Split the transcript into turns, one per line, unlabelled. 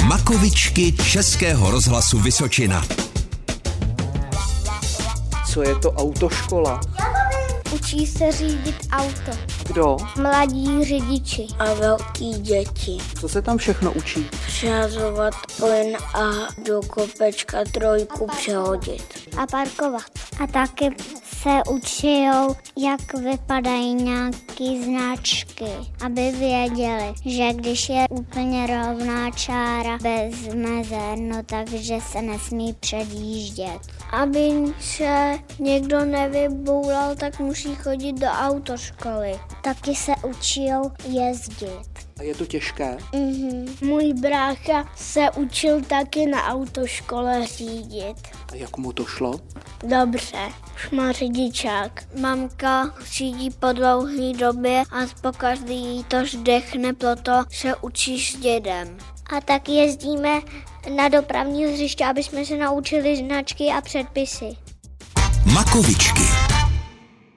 Píkovičky Českého rozhlasu Vysočina.
Co je to autoškola?
Učí se řídit auto.
Kdo?
Mladí řidiči.
a velký děti.
Co se tam všechno učí?
Přehazovat plyn a do kopečka trojku přehodit.
A parkovat. A taky se učí, jak vypadají nějaké značky, aby věděli, že když je úplně rovná čára bez mezer, no takže se nesmí předjíždět. Aby se někdo nevyboulal, tak musí chodit do autoškoly. Taky se učí jezdit.
A je to těžké?
Můj brácha se učil taky na autoškole řídit.
A jak mu to šlo?
Dobře, už má řidičák. Mamka řídí po dlouhé době a po každý jí to ždechne, proto se učíš s dědem. A tak jezdíme na dopravní hřiště, aby jsme se naučili značky a předpisy.
Makovičky.